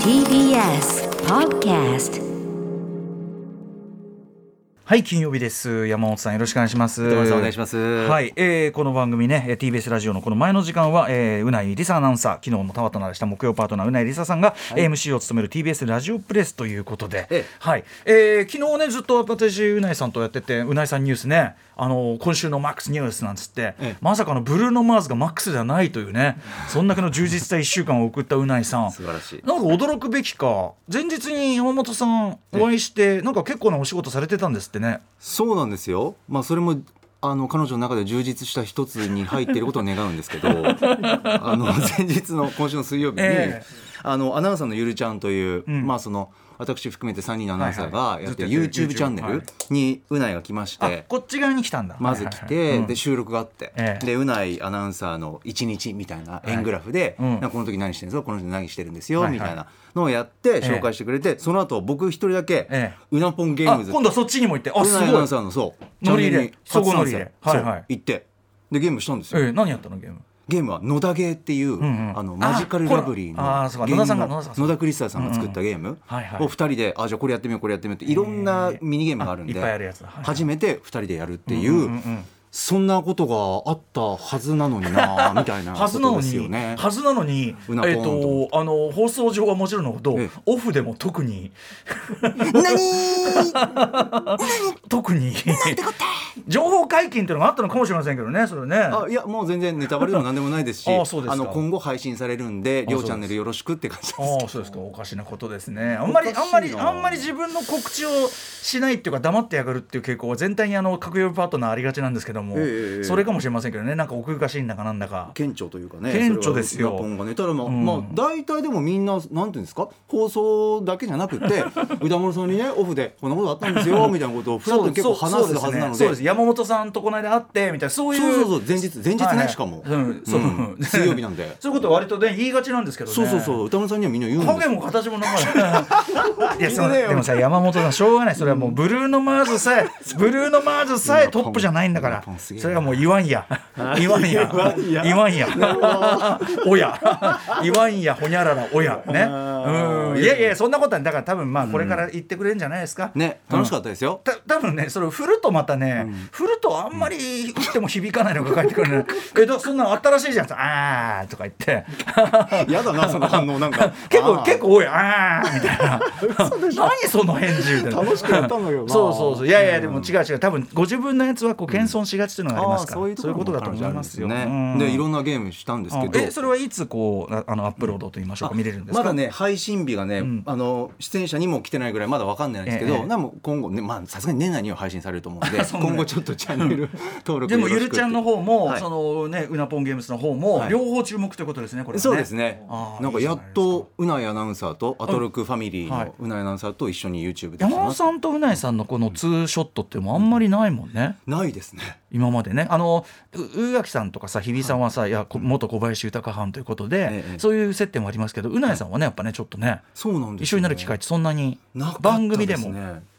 TBS Podcast はい、金曜日です。山本さん、よろしくお願いします。山本さんお願いしますはい、えーこの番組ね、えー TBS ラジオのこの前の時間は、えーうないりさアナウンサー、昨日もたわたなでした木曜パートナー、うないりささんが、えー MC を務める TBS ラジオプレスということで、ええはい、えー昨日ね、ずっと私、うないさんとやってて、うないさんニュースね、あの、今週のマックスニュースなんつって、ええまさかのブルーノ・マーズがマックスではないというね、そんだけの充実した1週間を送ったうないさん。素晴らしいなんか驚くべきか前日に山本さんお会いしてなんか結構なお仕事されてたんですってねそうなんですよまあそれもあの彼女の中で充実した一つに入っていることを願うんで すけどあの前日の今週の水曜日に、ええあのアナウンサーのゆるちゃんという、んまあその私含めて3人のアナウンサーはいはがいやってるずっとやってる YouTube チャンネルにうないが来ましあて。こっち側に来たんだまず来はいはいはいてうんで収録があってええでうないアナウンサーの1日みたいな円グラフでうんなんかこの時何してるんですよこの人何してるんですよはいはいみたいなのをやって紹介してくれてその後僕一人だけえうなぽんゲーあムズっていう今度はそっちにも行ってあうすなぎアナごウいンサーのそう乗り入れチャン総合乗ネルに初参り入戦れそうはいはい行ってでゲームしたんですえよ、え何やったのゲームゲームは「野田ゲー」っていう、んうんあのマジカルラブリーああのそうか芸人野田さんが野田さん野田クリスタルさんが作ったゲームはいはいを2人であじゃあこれやってみようこれやってみようっていろんなミニゲームがあるんで、ええいっぱいあるやつだはいはい初めて2人でやるっていう,、うんうんうんそんなことがあったはずなのにな みたいなはこずなとのですよに、ね。はずなのに、えっ、うなぽんとと、あの放送上はもちろんのことええ、オフでも特に、何 特に。情報解禁っていうのがあったのかもしれませんけどね、それね。あいやもう全然ネタバレでも何でもないですし あそうですかの今後配信されるんであそうです両チャンネルよろしくって感じですああそうですかおかしなことですねあんまりおかあんしいなまりあんまり自分の告知をしないっていうか黙ってやがるっていう傾向は全体にあの各曜日パートナーありがちなんですけども、ええええそれかもしれませんけどねなんか奥ゆかしいんだかなんだか顕著というかね顕著ですよそれはウダポンがねただまあ、んまあ大体でもみんななんていうんですか放送だけじゃな くて歌丸さんにねオフでこんなことあったんですよみたいなことを普段と結構話すはずなのでそうですねそうです山本さんとこの間会ってみたいなそういうそうそうそう前日前日ね、はいはいしかも、うん そううん水曜日なんでそういうことは割とね言いがちなんですけどねそうそうそう歌丸さんにはみんな言うんです影よも形もなか った。いや、そのいいねでもさ、山本さん、しょうがない、それはもうブルーノマーズさえ、ブルーノマーズさえトップじゃないんだからブルーノマーズポ。ンすげえなそれはもう言わん や、言わんや、言わんや、 おや、言わんや、ほにゃらら、おや、ね。うん、いやいや、そんなことは、だから、多分、まあ、これから言ってくれるんじゃないですか。ね楽しかったですよ、た多分ねそれを振るとまたね、振るとあんまり打っても響かないのが返ってくるねえだそんなの新しいじゃんあーとか言ってや だなその反応なんか結あ構ー結構多いあーみたいな何その返事みたいな楽しくやったんだけどなそうそうそういやいやうんでも違う違う多分ご自分のやつはこう謙遜しがちというのがありますから、あーそういうことだと思いますよね、うんでいろんなゲームしたんですけあどえそれはいつこうああのアップロードといいましょうか見れるんですかまだね配信日がね、んあの出演者にも来てないぐらいまだわかんないんですけど、ええなんも今後ねまあさすがに年内には配信されると思うん でそんなね今後ちょっとチャンネル 登録でもよゆろしるくってちゃんの方も、はいそのねうなぽんゲームスの方も、はい両方注目ということですねこれはねそうですねあーなんかやっいいじゃないですとうないアナウンサーとアトロクファミリーはいのうないアナウンサーと一緒に YouTube で山本さんとうないさんのこのツーショットっていうのもあんまりないもんねないですね今までねあのう宇垣さんとかさ日比さんはさ、い、やこ元小林豊藩ということで、ええそういう接点もありますけどうないさんはねやっぱねちょっとねそうなんです、ね、一緒になる機会ってそんなになかったすね番組でも。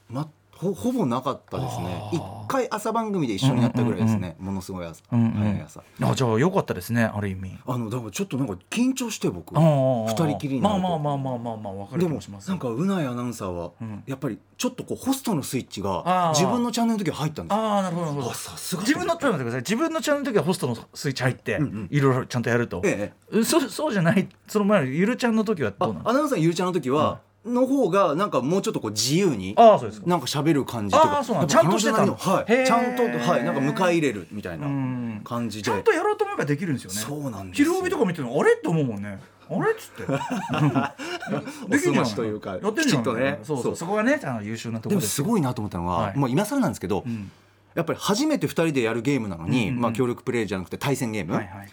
まほほぼなかったですね一あー回朝番組で一緒になったぐらいですね、ものすごい朝、うんうん早い朝あじゃあよかったですねある意味。あのだからちょっとなんか緊張して僕あー二人きりになまるあとまあまあまあまあまあわかるで気ももしますなんかうないアナウンサーはうんやっぱりちょっとこうホストのスイッチあがー自分のチャンネルの時は入ったんですよああなるほどなるほどあさすが自分のちょっと待ってください自分のチャンネルの時はホストのスイッチ入って、うんうんいろいろちゃんとやると、えうそそうじゃないその前のゆるちゃんの時はどうあなのアナウンサーゆうちゃんの時はの方がなんかもうちょっとこう自由にああそうですかなんか喋る感じとかあーそうなんだやっぱ彼女なりのちゃんとしてたのはいちゃんとへーはいなんか迎え入れるみたいなうん感じちでゃんとやろうと思えばできるんですよねそうなんですよ昼帯とか見てるのあれって思うもんねあれっつってうんできるじゃ おんすましというかやってんじゃんきちっとねそうそそううそこがねあの優秀なところでもですすごいなと思ったのははいまあ今更なんですけどんやっぱり初めて2人でやるゲームなのにまあ協力プレイじゃなくて対戦ゲームはいはい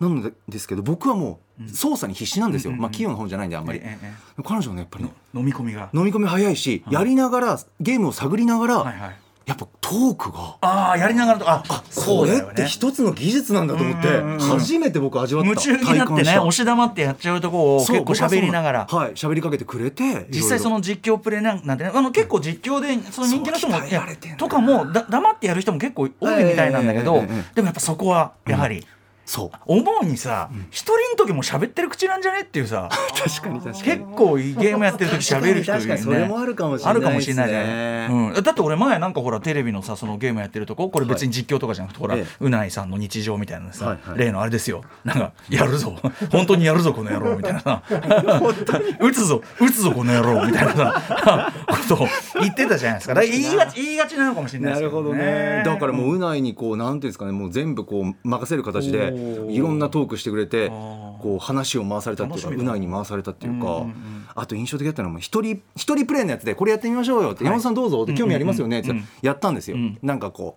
なのですけど僕はもう操作に必死なんですよまあ器用な方じゃないんであんまりえええ彼女はねやっぱりねえ飲み込みが飲み込み早いし、やりながらゲームを探りながら、はいはいやっぱトークがああやりながらとああこれって一つの技術なんだと思って、うんうんうん初めて僕味わった夢中になっ体て感しねた押し黙ってやっちゃうとこをそう結構喋りながら僕はそうはい喋りかけてくれて実際そのの実況プレイなんなんてねあの結構実況でその人気の人もそう鍛えられてんだとかもだ黙ってやる人も結構多いみたいなんだけど、ええええええええでもやっぱそこはやはり、そう思うにさ一人の時も喋ってる口なんじゃねっていうさ確かに確か結に構いいゲームやってる時喋る人い確かにそれるねもあるかもしれあないるかもでしれすねないね、うん、だって俺前なんかほらテレビのさそのゲームやってるとここれ別に実況とかじゃなくて、えほえらうないさんの日常みたいなさ、はいはい例のあれですよなんかやるぞ 本当にやるぞこの野郎みたいなさ打つぞ打つぞこの野郎みたいなさ ことを言ってたじゃないですかだから言いがち言いがちなのかもしれないでなすけるほどどねねだからもううないにこうなんていうんですかねもう全部こう任せる形でおーいろんなトークしてくれてあーこう話を回されたっていうか楽しみだうないに回されたっていうか、うんうんうんあと印象的だったのはもう一人一人プレイのやつでこれやってみましょうよって、山本さんどうぞって興味ありますよねって言ったらやったんですよ、んなんかこ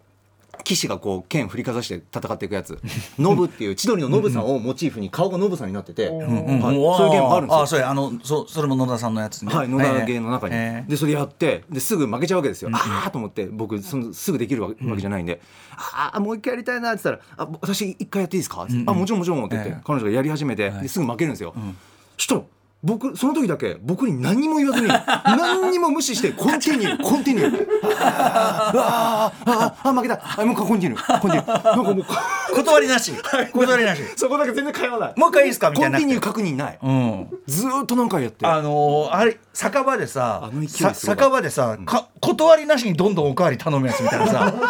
う騎士がこう剣振りかざして戦っていくやつノブっていう千鳥のノブさんをモチーフに顔がノブさんになってて、うんはいもそういうゲームあるんですよあそれあのそそれも野田さんのやつねはい、野田芸の中に、ええでそれやってですぐ負けちゃうわけですよ、ああと思って僕そのすぐできるわけじゃないんで、ああもう一回やりたいなって言ったら「あぼ私一回やっていいですか?」って、あもちろんもちろん」って言って、ええ彼女がやり始めて、ですぐ負けるんですよ。そしたら僕その時だけ僕に何も言わずに 何にも無視してコンティニューコンティニューあーあーあーあー負けたあもう一回コンティニューコンティニューなんかもう こ断りなし断りなしそこだけ全然会話ないもう一回いいですかみコたいンなティニューくて確認ないうんずーっと何回やってあのーあれ酒場でさあの勢いすさごい酒場でさ、か断りなしにどんどんおかわり頼むやつみたいなさ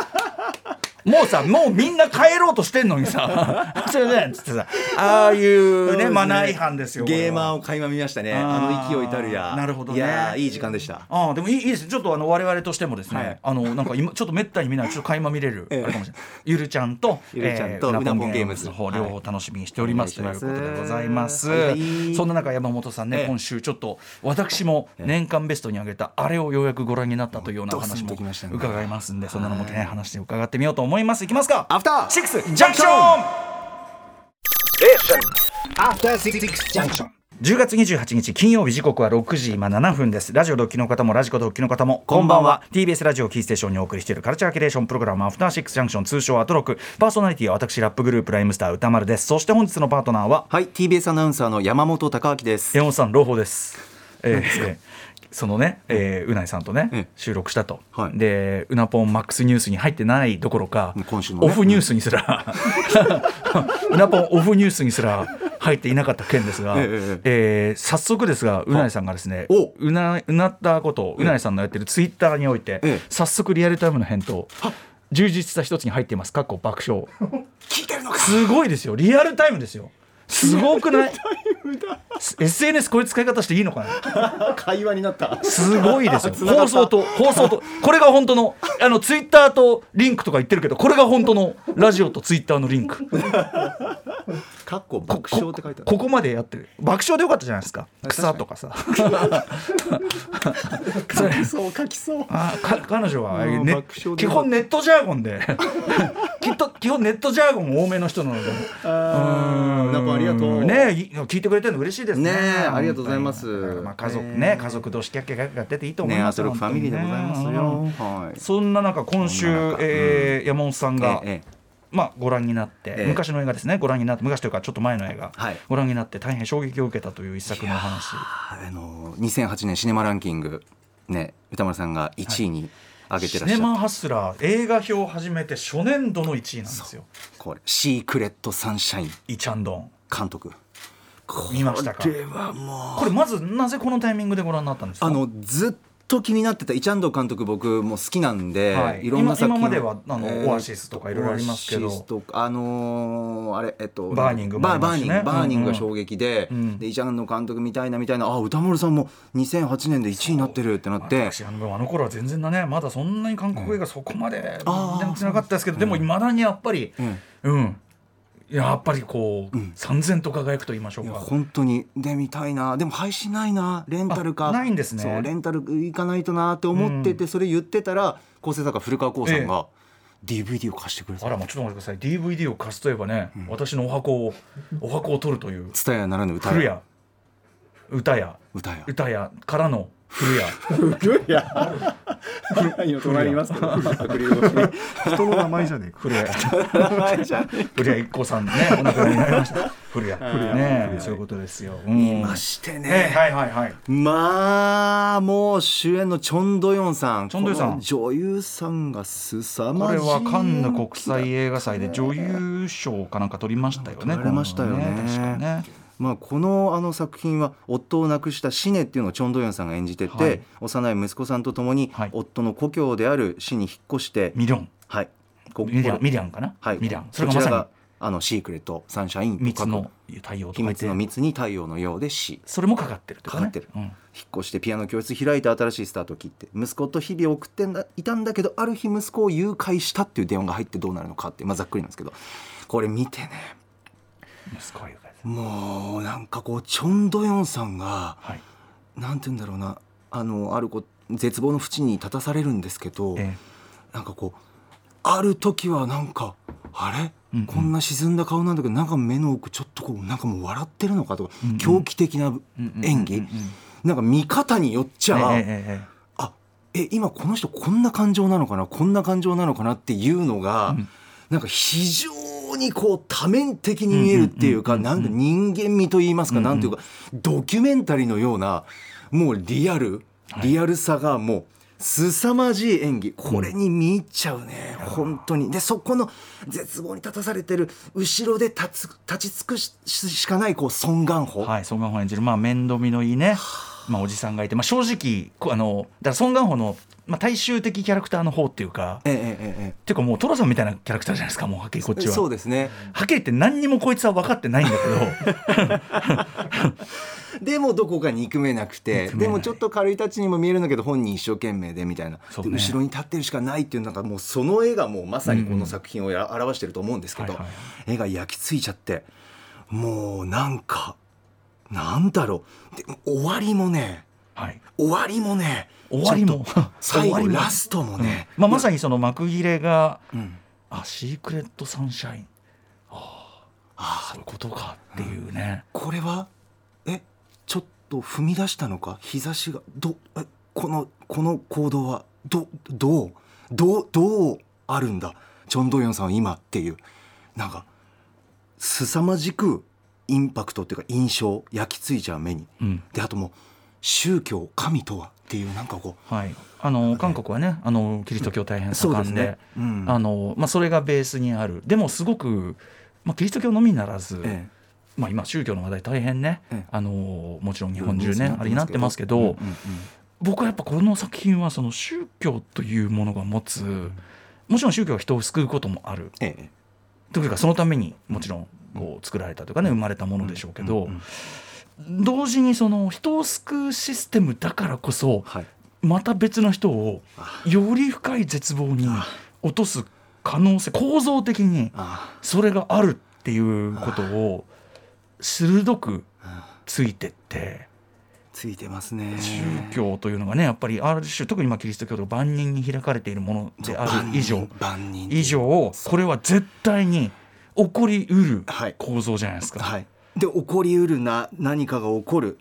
もうさもうみんな帰ろうとしてんのにさ 「すいません」っつってさああいうねマナー違反ですよゲーマーーを垣間見ましたねああーの勢いたるやなるほどねいやーいい時間でしたああでもいいいいですちょっとあの我々としてもですね、はいあのなんか今ちょっとめったに見ないちょっと垣間見れる、 ええあれかもしれないゆるちゃんとゆるちゃんとえーうなぽんゲームズうなぽんゲームズの方両方楽しみにしております、はいお願いとしいますうことでございます、はいそんな中山本さんね、ええ今週ちょっと私も年間ベストに上げたあれをようやくご覧になったというようなお話もうドスンもときましたね伺いますんでそんなのもね、話して伺ってみようと思いますいきますかアフターシックスジャンクション After Six Junction. 10月28日金曜日時刻は6時今7分ですラジオ同期の方もラジコ同期の方もこんばんは TBS ラジオキーステーションにお送りしているカルチャーキュレーションプログラムアフターシックスジャンクション通称アトロクパーソナリティは私ラップグループライムスター歌丸ですそして本日のパートナーははい TBS アナウンサーの山本貴明です山本さん朗報です。えーそのね、えーうないさんとね、ええ収録したと、はいでうなぽんマックスニュースに入ってないどころか、今週のねオフニュースにすら、 うなぽんオフニュースにすら入っていなかった件ですが、えええー早速ですがうないさんがですねおうなうなったことうないさんのやってるツイッターにおいて、ええ早速リアルタイムの返答充実した一つに入っていますかっこ爆笑聞いてるのかすごいですよリアルタイムですよすごくない SNS こういう使い方していいのかな会話になったすごい ですよ繋放がった送と放送とこれが本当のあのツイッターとリンクとか言ってるけどこれが本当のラジオとツイッターのリンクかっこ 爆笑って書いてあるここまでやってる爆笑でよかったじゃないですか草とか さそれそう書きそうあか彼女は、うんね爆笑で基本ネットジャーゴンで きっと基本ネットジャーゴン多めの人なのであーなんかありがとうねい聞いてくれてるの嬉しいですねねえありがとうございます本当にまあ、家族ね、ねえ家族同士キャッキャキャッキャやってていいと思いねアますトロックファミリーでございますよ本は当にねいそんな中今週、そんな中えー山本さんが、ええまあ、ご覧になって、ええ昔の映画ですねご覧になって昔というかちょっと前の映画、はいご覧になって大変衝撃を受けたという一作のお話あの2008年シネマランキングね歌丸さんが1位に上げてシらっしゃネるマハスラー映画表を始めて初年度の1位なんですよこれシークレットサンシャインイチャンドン監督こ見ましたかれはもうこれまずなぜこのタイミングでご覧になったんですかあのずっと気になってたイチャンド監督僕も好きなんで、はいい、ろんな作品今今まではあのえーオアシスとかいろいろありますけどオアシスとかあのーあれえっとバーニングもあバりますしーバーニンねグバーニングうんが衝撃で,、うんでイチャンド監督みたいなみたいなあ歌丸さんも2008年で1位になってるってなって私あのあの頃は全然だねまだそんなに韓国映画そこまであー全然なかったですけどでもいまだにやっぱりうんうんやっぱりこう三千と輝くと言いましょういやか本当にで見たいなでも配信ないなレンタルあかないんですねそうレンタル行かないとなって思ってて、それ言ってたら構成作家古川光さんが DVD を貸してくれたあらまあちょっと待ってください DVD を貸すといえばね私のお箱をお箱を取るという蔦屋ならぬ歌古や谷歌や歌や歌やからの古谷古谷今隣にいますけどアクリル越しに人の名前じゃねえか古谷じゃ古谷一行さんねお亡くなりになりました古谷ねそういうことですようんましてねねはいはいはいまあもう主演のチョン・ドヨンさんチョンドヨンさんこの女優さんが凄まこじれいはカンヌ国際映画祭で女優賞かなんか取りましたよね。取られましたよねこの確かね。まあ、このあの作品は夫を亡くしたシネっていうのをチョン・ドヨンさんが演じてて、はい幼い息子さんと共にはい夫の故郷である市に引っ越して、ミリョン、はい、こミリョン、こミリョンかな。はい、ミリョン。そこれがちまらさがあのシークレットサンシャインに密の太陽と秘書い密ての、密に太陽のようで死それもかかってるとねかかってるうん引っ越してピアノ教室開いて新しいスタートを切って息子と日々を送っていたんだけどある日息子を誘拐したっていう電話が入ってどうなるのかって、まあ、ざっくりなんですけどこれ見てね息子はよかったもうなんかこうチョン・ドヨンさんがはい。なんて言うんだろうなあのあるこ絶望の淵に立たされるんですけど、えなんかこうある時はなんかあれ、うんうんこんな沈んだ顔なんだけどなんか目の奥ちょっとこうなんかもう笑ってるのかとか、うんうん狂気的なえうんうん演技、うんうんなんか見方によっちゃ、ええええええあえ今この人こんな感情なのかなこんな感情なのかなっていうのが、うんなんか非常にこう多面的に見えるっていうか、うんうんうんなうんんか人間味と言いますか、うんうんなんていうかドキュメンタリーのようなもうリアルリアルさがもう。凄まじい演技これに見入っちゃうね、本当にでそこの絶望に立たされてる後ろで立つ立ち尽くししかないこう尊顔法、はい、ソン・ガンホ演じる、まあ、面倒見のいいね、まあ、おじさんがいて、まあ、正直こうあのだからソン・ガンホの、まあ、大衆的キャラクターの方っていうかえええええっていうかもうトラさんみたいなキャラクターじゃないですかもうはっきりこっえちは。そうですねはっきり言って何にもこいつは分かってないんだけ どでもどこか憎めなくて憎めないでもちょっと軽いタッチにも見えるんだけど本人一生懸命でみたいな、そうでね後ろに立ってるしかないっていうなんかもうその絵がもうまさにこの作品をや表してると思うんですけど、はいはい絵が焼き付いちゃってもうなんかなんだろうで終わりもねはい終わりもね終わりもちょっと 終最わ後りもラストもね、まあ、まさにその幕切れがうん「あシークレット・サンシャイン」ああそういうことかっていうね、これはえちょっと踏み出したのか日差しがどえこのこの行動はどどうどうどうあるんだチョン・ドヨンさんは今っていうなんか凄まじくインパクトっていうか印象焼き付いちゃう目にうんであともう宗教神とはっていうなんかこはい、あの韓国はねあのキリスト教大変うそう盛でんすでね、うんあのまあ、それがベースにあるでもすごく、まあ、キリスト教のみならず、ええまあ、今宗教の話題大変ね、ええあのもちろん日本中ニュースねあれになってますけど、うんうんうん僕はやっぱこの作品はその宗教というものが持つもちろん宗教は人を救うこともあるええというかそのためにもちろんこう作られたというかね生まれたものでしょうけど同時にその人を救うシステムだからこそはいまた別の人をより深い絶望に落とす可能性構造的にあそれがあるっていうことを鋭くついてって。ついてますね宗教というのがねやっぱりある種特にまあキリスト教とか万人に開かれているものである以上万人以上これは絶対に起こりうるはい構造じゃないですか。はい、で起こりうるな何かが起こる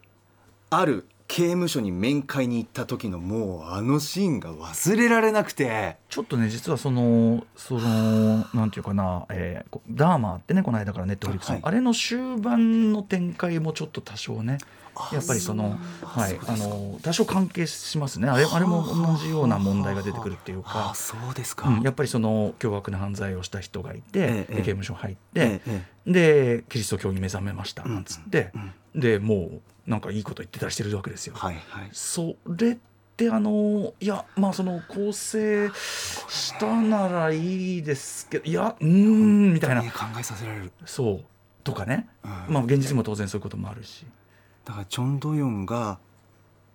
ある刑務所に面会に行った時のもうあのシーンが忘れられなくてちょっとね実はそのそのなんていうかな、えーこダーマーってねこの間からネットフリックスの、はいあれの終盤の展開もちょっと多少ねやっぱりそのはいあの多少関係しますねあれあれも同じような問題が出てくるっていうあかあ。そうですか、うんやっぱりその凶悪な犯罪をした人がいて、ええで刑務所入って、えええでキリスト教に目覚めましたんなんつって、でもうなんかいいこと言ってたりしてるわけですよ。はいはいそれってあのいやまあその構成したならいいですけどいやうーんみたいなね考えさせられるそうとかね、うんまあ現実にも当然そういうこともあるし。だからチョン・ドヨンが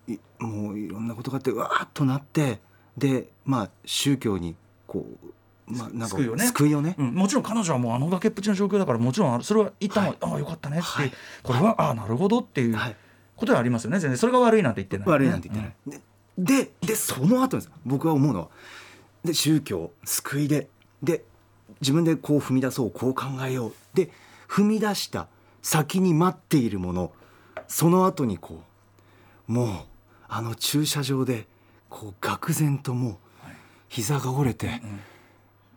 いもういろんなことがあってわーっとなってでまあ宗教にこう、まあ、なんか救いをね救いをねうん、もちろん彼女はもうあの崖っぷちの状況だからもちろんあれそれは一旦は、ああよかったねって、はいこれはああなるほどっていうはいことはありますよね全然それが悪いなんて言ってない、悪いなんて言ってない、でででその後です僕は思うのはで宗教救いでで自分でこう踏み出そうこう考えようで踏み出した先に待っているものその後にこうもうあの駐車場でこう愕然ともう膝が折れて、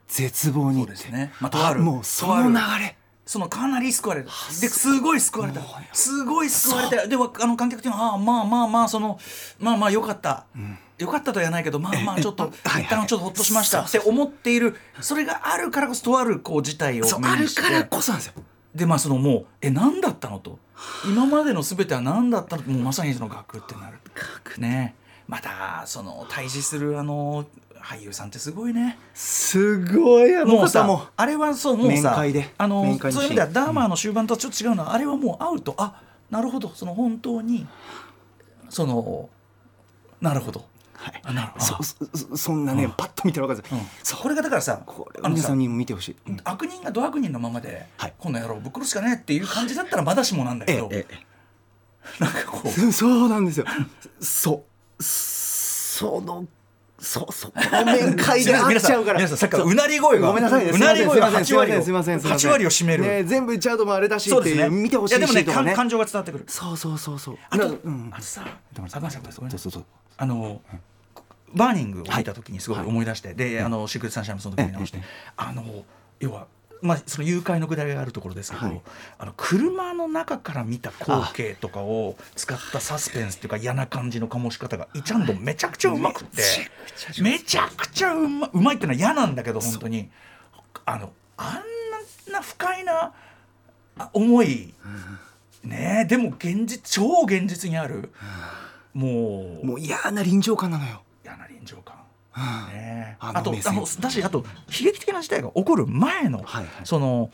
絶望にってそうですねまあとあるもうその流とあれそのかなり救われたですごい救われたすごい救われたでわあの観客的にはああまあまあまあそのまあまあよかった、よかったとは言わないけどまあ まあちょっとはい一旦ちょっとほっとしましたって思っているそれがあるからこそとあるこう事態をそう目あにるしてからこそなんですよでまあそのもうえ何だったのと今までの全ては何だったのともうまさにその額ってなるねまたその対峙するあの俳優さんってすごいねすごいあの もうさ方もあれはそうもうさ面会であの面会のそういう意シーン味ではダーマーの終盤とはちょっと違うのは、あれはもう会うとあなるほどその本当にそのなるほど、はいあなるほどそそそそんなねパッと見たら分かるんですうよん、これがだからさこれあはの皆ささんにも見てほしい、うん悪人がド悪人のままで、はいこんな野郎ぶっ殺すしかねえっていう感じだったらまだしもなんだけど、ええなんかこうええ そうなんですよそうそのそそこの面会で会っちゃうから皆さん、さっきからうなり声が。ごめんなさいね。うなり声が8すいませ割んを。すいませんすいませんすいません8割を占めねる。全部言っちゃうともあれだしそっうてでいすうね。見てほしいや、でもしね、とか感ね感情が伝わってくる。そうそうそうそう。あと、うんあとさ、あごめんなさい、ごめんなそうさそうそう。いあの、バーニングを見た時にすごい思い出して、で、あの、シークレットサンシャインもその時に直してええ、あの、要は、まあ、その誘拐のくだりがあるところですけど、はいあの車の中から見た光景とかを使ったサスペンスっていうか嫌な感じの醸し方がイチャンドンめちゃくちゃうまくってめちゃくちゃうまうまいってのは嫌なんだけど本当にあのあんな不快なあ思いねえでも現実超現実にあるもうもう嫌な臨場感なのよ。嫌な臨場感。はねああのと目あ線のだしあと悲劇的な事態が起こる前の、はいはいその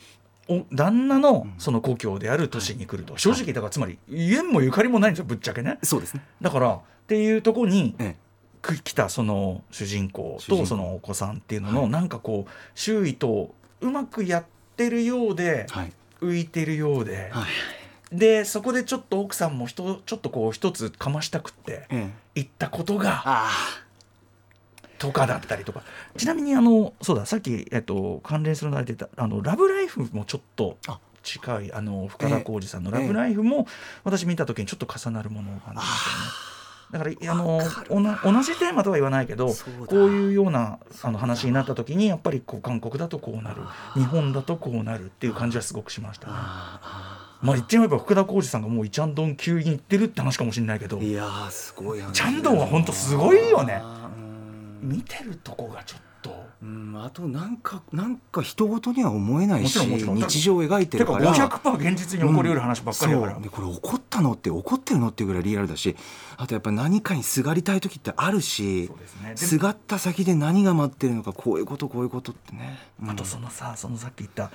お旦那のその故郷である都市に来ると、正直だからつまり縁もゆかりもないんですよぶっちゃけねい。そうですね。だからっていうところにえく来たその主人公主人公とそのお子さんっていうのの、なんかこう周囲とうまくやってるようでえ、はい浮いてるようで、はいでそこでちょっと奥さんもひとちょっとこう一つかましたくってええ。言ったことが。あとかだったりとかちなみにあのそうださっき、えっと、関連するのが出た「あのラブライフ」もちょっとあ近いあの深田浩二さんの「ラブライフ」も私見た時にちょっと重なるものがあるんですよね。だからあのおな同じテーマとは言わないけどそうだこういうようなあの話になった時にやっぱりこう韓国だとこうなる日本だとこうなるっていう感じはすごくしましたね。まあ言っちゃえば福田浩二さんがもうイチャンドン級に行ってるって話かもしれないけどあ。いやーすごい話。チャンドンは本当すごいよね。あーうん見てるとこがちょっと。うんあとなんかなんか人事には思えないしもちろんもちろん日常を描いててるかから。 500%現実に起こりうる話ばっかりだから、そうでこれ怒ったのって怒ってるのっていうぐらいリアルだしあとやっぱ何かにすがりたい時ってあるしそうですねですがった先で何が待ってるのかこういうことこういうことってね、うんあとそのさそのさっき言った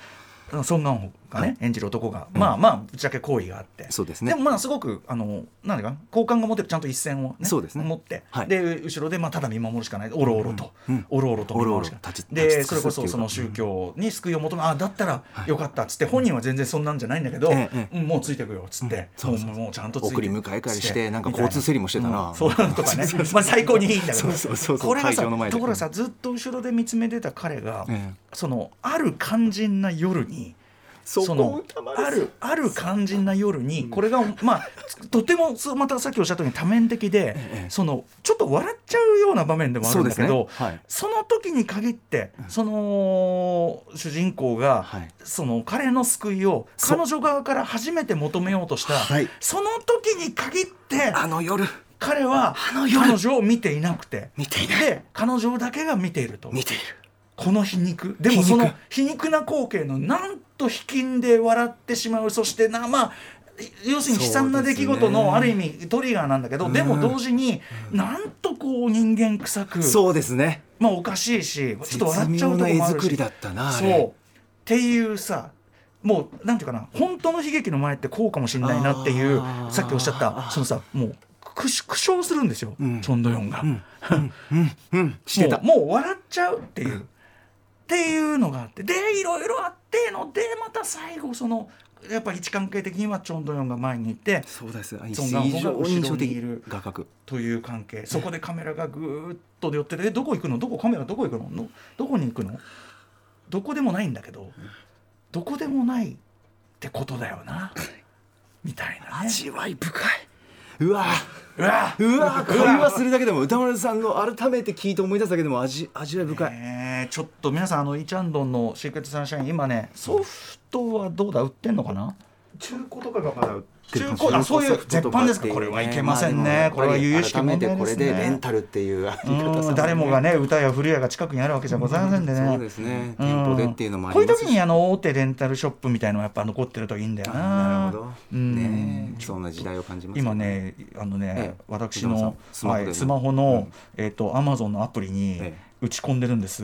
あのソン・ガンホがね、演じる男が、まあまあぶっちゃけ好意があってそうですねでもまあすごくあのなんだか好感が持てるちゃんと一線を、ねそうですね持って、はいで後ろで、まあ、ただ見守るしかないおろおろと、うんうんおろおろと見守るしかないおろおろ立ち立ち尽でくすそれこっていそうかその宗教に救いを求めあだったらよかったっつって、本人は全然そんなんじゃないんだけど、えええうんもうついてくよっつって、そうそうもうもうちゃんとついて送り迎えからしつってなんかみたい交通整理もしてたな、そうと かね、まあ、最高にいいんだけそうそうそうどそうこれがさ会場の前でところがさずっと後ろで見つめてた彼が、ええそのある肝心な夜に。そこの歌丸さんあるある肝心な夜にこれが まあとてもそうまたさっきおっしゃったように多面的でええそのちょっと笑っちゃうような場面でもあるんだけそうどですねはいその時に限ってその主人公がはいその彼の救いをそう彼女側から初めて求めようとしたはいその時に限ってあの夜彼は彼女を見ていなくて見ていないで彼女だけが見ていると見ているこの皮肉で皮も肉その皮肉な光景のなんと卑近で笑ってしまうそしてなまあ要するに悲惨な出来事そうですねのある意味トリガーなんだけどでも同時になんとこう人間臭くそうですねまあおかしいしちょっと絶笑っちゃう妙とこなもあるし絵作りだったなあそれうっていうさもうなんていうかな本当の悲劇の前ってこうかもしれないなっていうあーさっきおっしゃったそのさもう苦し苦笑するんですよ、うんチョン・ドヨンが。うんしてたもうもう笑っちゃうっていう、っていうのがあってでいろいろあってのでまた最後そのやっぱ位置関係的にはチョン・ドヨンが前にいてそうです非そんな方が常に印後ろ象的にいる画角という関係そこでカメラがぐーっと寄ってて「えどこ行くのどこカメラどこ行くののどこに行くのどこでもないんだけどどこでもないってことだよな」みたいなね。味わい深いうわうわうわ会話するだけでも歌丸さんの改めて聞いて思い出すだけでも味味わい深い、えーちょっと皆さんあのイチャンドンのシークレットサンシャイン今ねソフトはどうだ売ってんのかな中古とかがまだ売って中古あそういう絶版ですかこれはいけませんねこれは由々しき改問題めでてすねこれでレンタルっていうあり方うさん誰もがね歌や古屋が近くにあるわけじゃございませんでねそうですね店舗でっていうのもあこういりうます時にあの大手レンタルショップみたいのはやっぱ残ってるといいんだよななるほどうんねそんな時代を感じます今ねあのね、ええ私藤の本さんスマホでもはいスマホの、えっ、とアマゾンのアプリにええ打ち込んでるんです、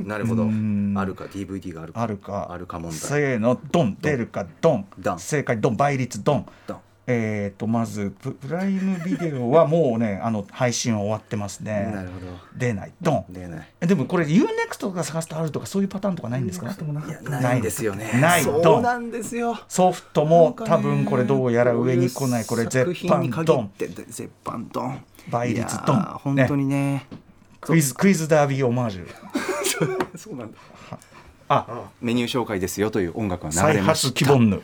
なるほどうんあるか DVD があるかあるかあるか問題せーのドン出るかドンドン正解ドン倍率ドンドンえー、とまずププライムビデオはもうね あの配信は終わってますねなるほど出ないドン出ないえでもこれ UNEXT とか探すとあるとかそういうパターンとかないんですかいやないんですよねないそドうンなんですよソフトもなん多かね分これどうやら上に来ないこれう絶う作品に版限ドっンて絶版ドン倍率ドンいやー本当にねクイズクイズダービーオマージュそうなんだあメニュー紹介ですよという音楽が流再れまし発たキボンヌ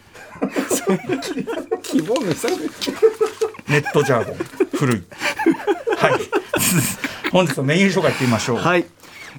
希望のさネットジャーゴン古いはい本日のメニュー紹介いってみましょう、はい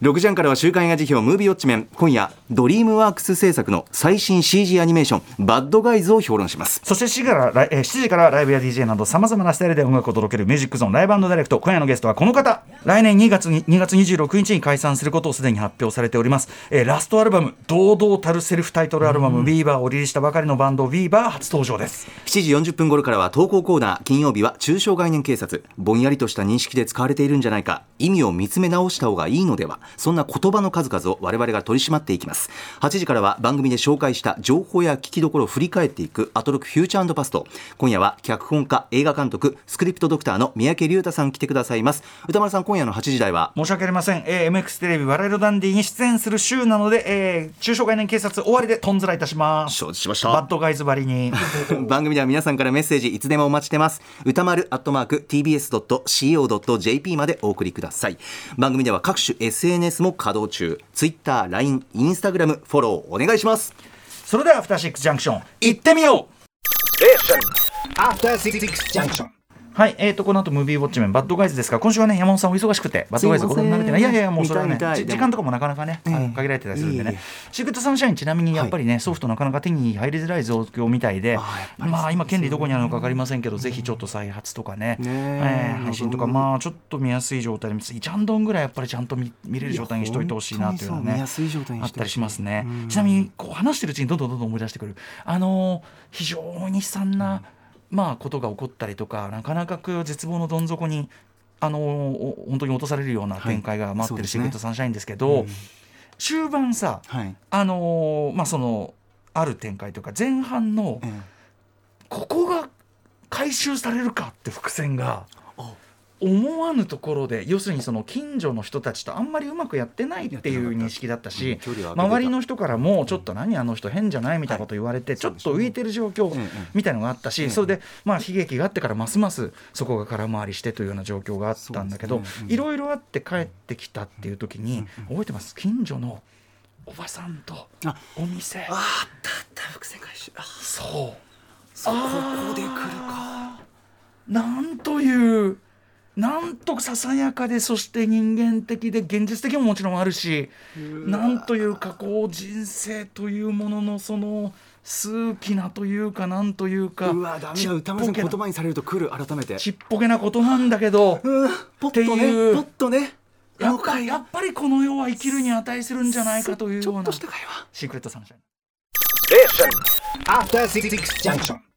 6時半からは週刊映画辞表ムービーウォッチメン今夜ドリームワークス制作の最新 CG アニメーションバッドガイズを評論しますそして7時からライ、えー7時からライブや DJ などさまざまなスタイルで音楽を届けるミュージックゾーンライブダイレクト今夜のゲストはこの方来年2月に2月26日に解散することをすでに発表されております、えーラストアルバム堂々たるセルフタイトルアルバム「ビーバーをリリースしたばかりのバンド「ビーバー初登場です7時40分頃からは投稿コーナー金曜日は中小概念警察ぼんやりとした認識で使われているんじゃないか意味を見つめ直した方がいいのではそんな言葉の数々を我々が取り締まっていきます8時からは番組で紹介した情報や聞きどころを振り返っていくアトロックフューチャーパスト今夜は脚本家映画監督スクリプトドクターの三宅龍太さん来てくださいます歌丸さん今夜の8時台は申し訳ありません、えー MX テレビ「笑いのダンディ」に出演する週なので、えー中小概念警察終わりでとんずらいたします承知しましたバッドガイズばりに 番組では皆さんからメッセージいつでもお待ちしてます歌丸アットマーク tbs.co.jp までお送りください番組では各種 SNS も稼働中 TwitterLINE インスタグラムフォローお願いしますそれでは「アフターシックスジャンクション」行ってみよう After Six Junction. はい、えー、とこの後ムービーウォッチメン、バッドガイズですが、今週はね、山本さんお忙しくて、バッドガイズご覧になれてない、いすいやまいやいや、もうそせんれはね、見たい見たいじでも時間とかもなかなかね、あの限られてたりするんでね、シークレットサンシャイン、ちなみにやっぱりね、ソフトなかなか手に入りづらい状況みたいで、まあ、今、権利どこにあるのか分かりませんけど、ぜひちょっと再発とかね、ねえー配信とか、まあ、ちょっと見やすい状態で見つつ、ちゃんどんぐらいやっぱりちゃんと見見れる状態にしておいてほしいなというのはね、いや本当にそう見やすい状態にあっしてほしいたりしますね。ちなみに、こう話してるうちにどんどんどんどん思い出してくる、あのー非常に悲惨な、まあ、ことが起こったりとかなかなかこう絶望のどん底にあのお本当に落とされるような展開が待ってそうるですねシークレットサンシャインですけど、終盤さはいあのーまあそのある展開というか前半のえここが回収されるかって伏線が。思わぬところで要するにその近所の人たちとあんまりうまくやってないっていう認識だったし距離を空けてた周りの人からもちょっと何あの人変じゃないみたいなこと言われてちょっと浮いてる状況んうんみたいのがあったしそれでまあ悲劇があってからますますそこが空回りしてというような状況があったんだけどいろいろあって帰ってきたっていう時に覚えてます近所のおばさんとあお店伏線回収そうそここで来るかなんというなんとささやかでそして人間的で現実的ももちろんあるしなんというかこう人生というもののその数奇なというかなんというかうわダメちっだ歌丸さぽんけ言な葉にされると来る改めてちっぽけなことなんだけどうんポッとっていうねポッとねあやのっぱ会や話っぱりこの世は生きるに値するんじゃないかというちようょっなとシした会話ークレットサンシャイン。 After Six Junction.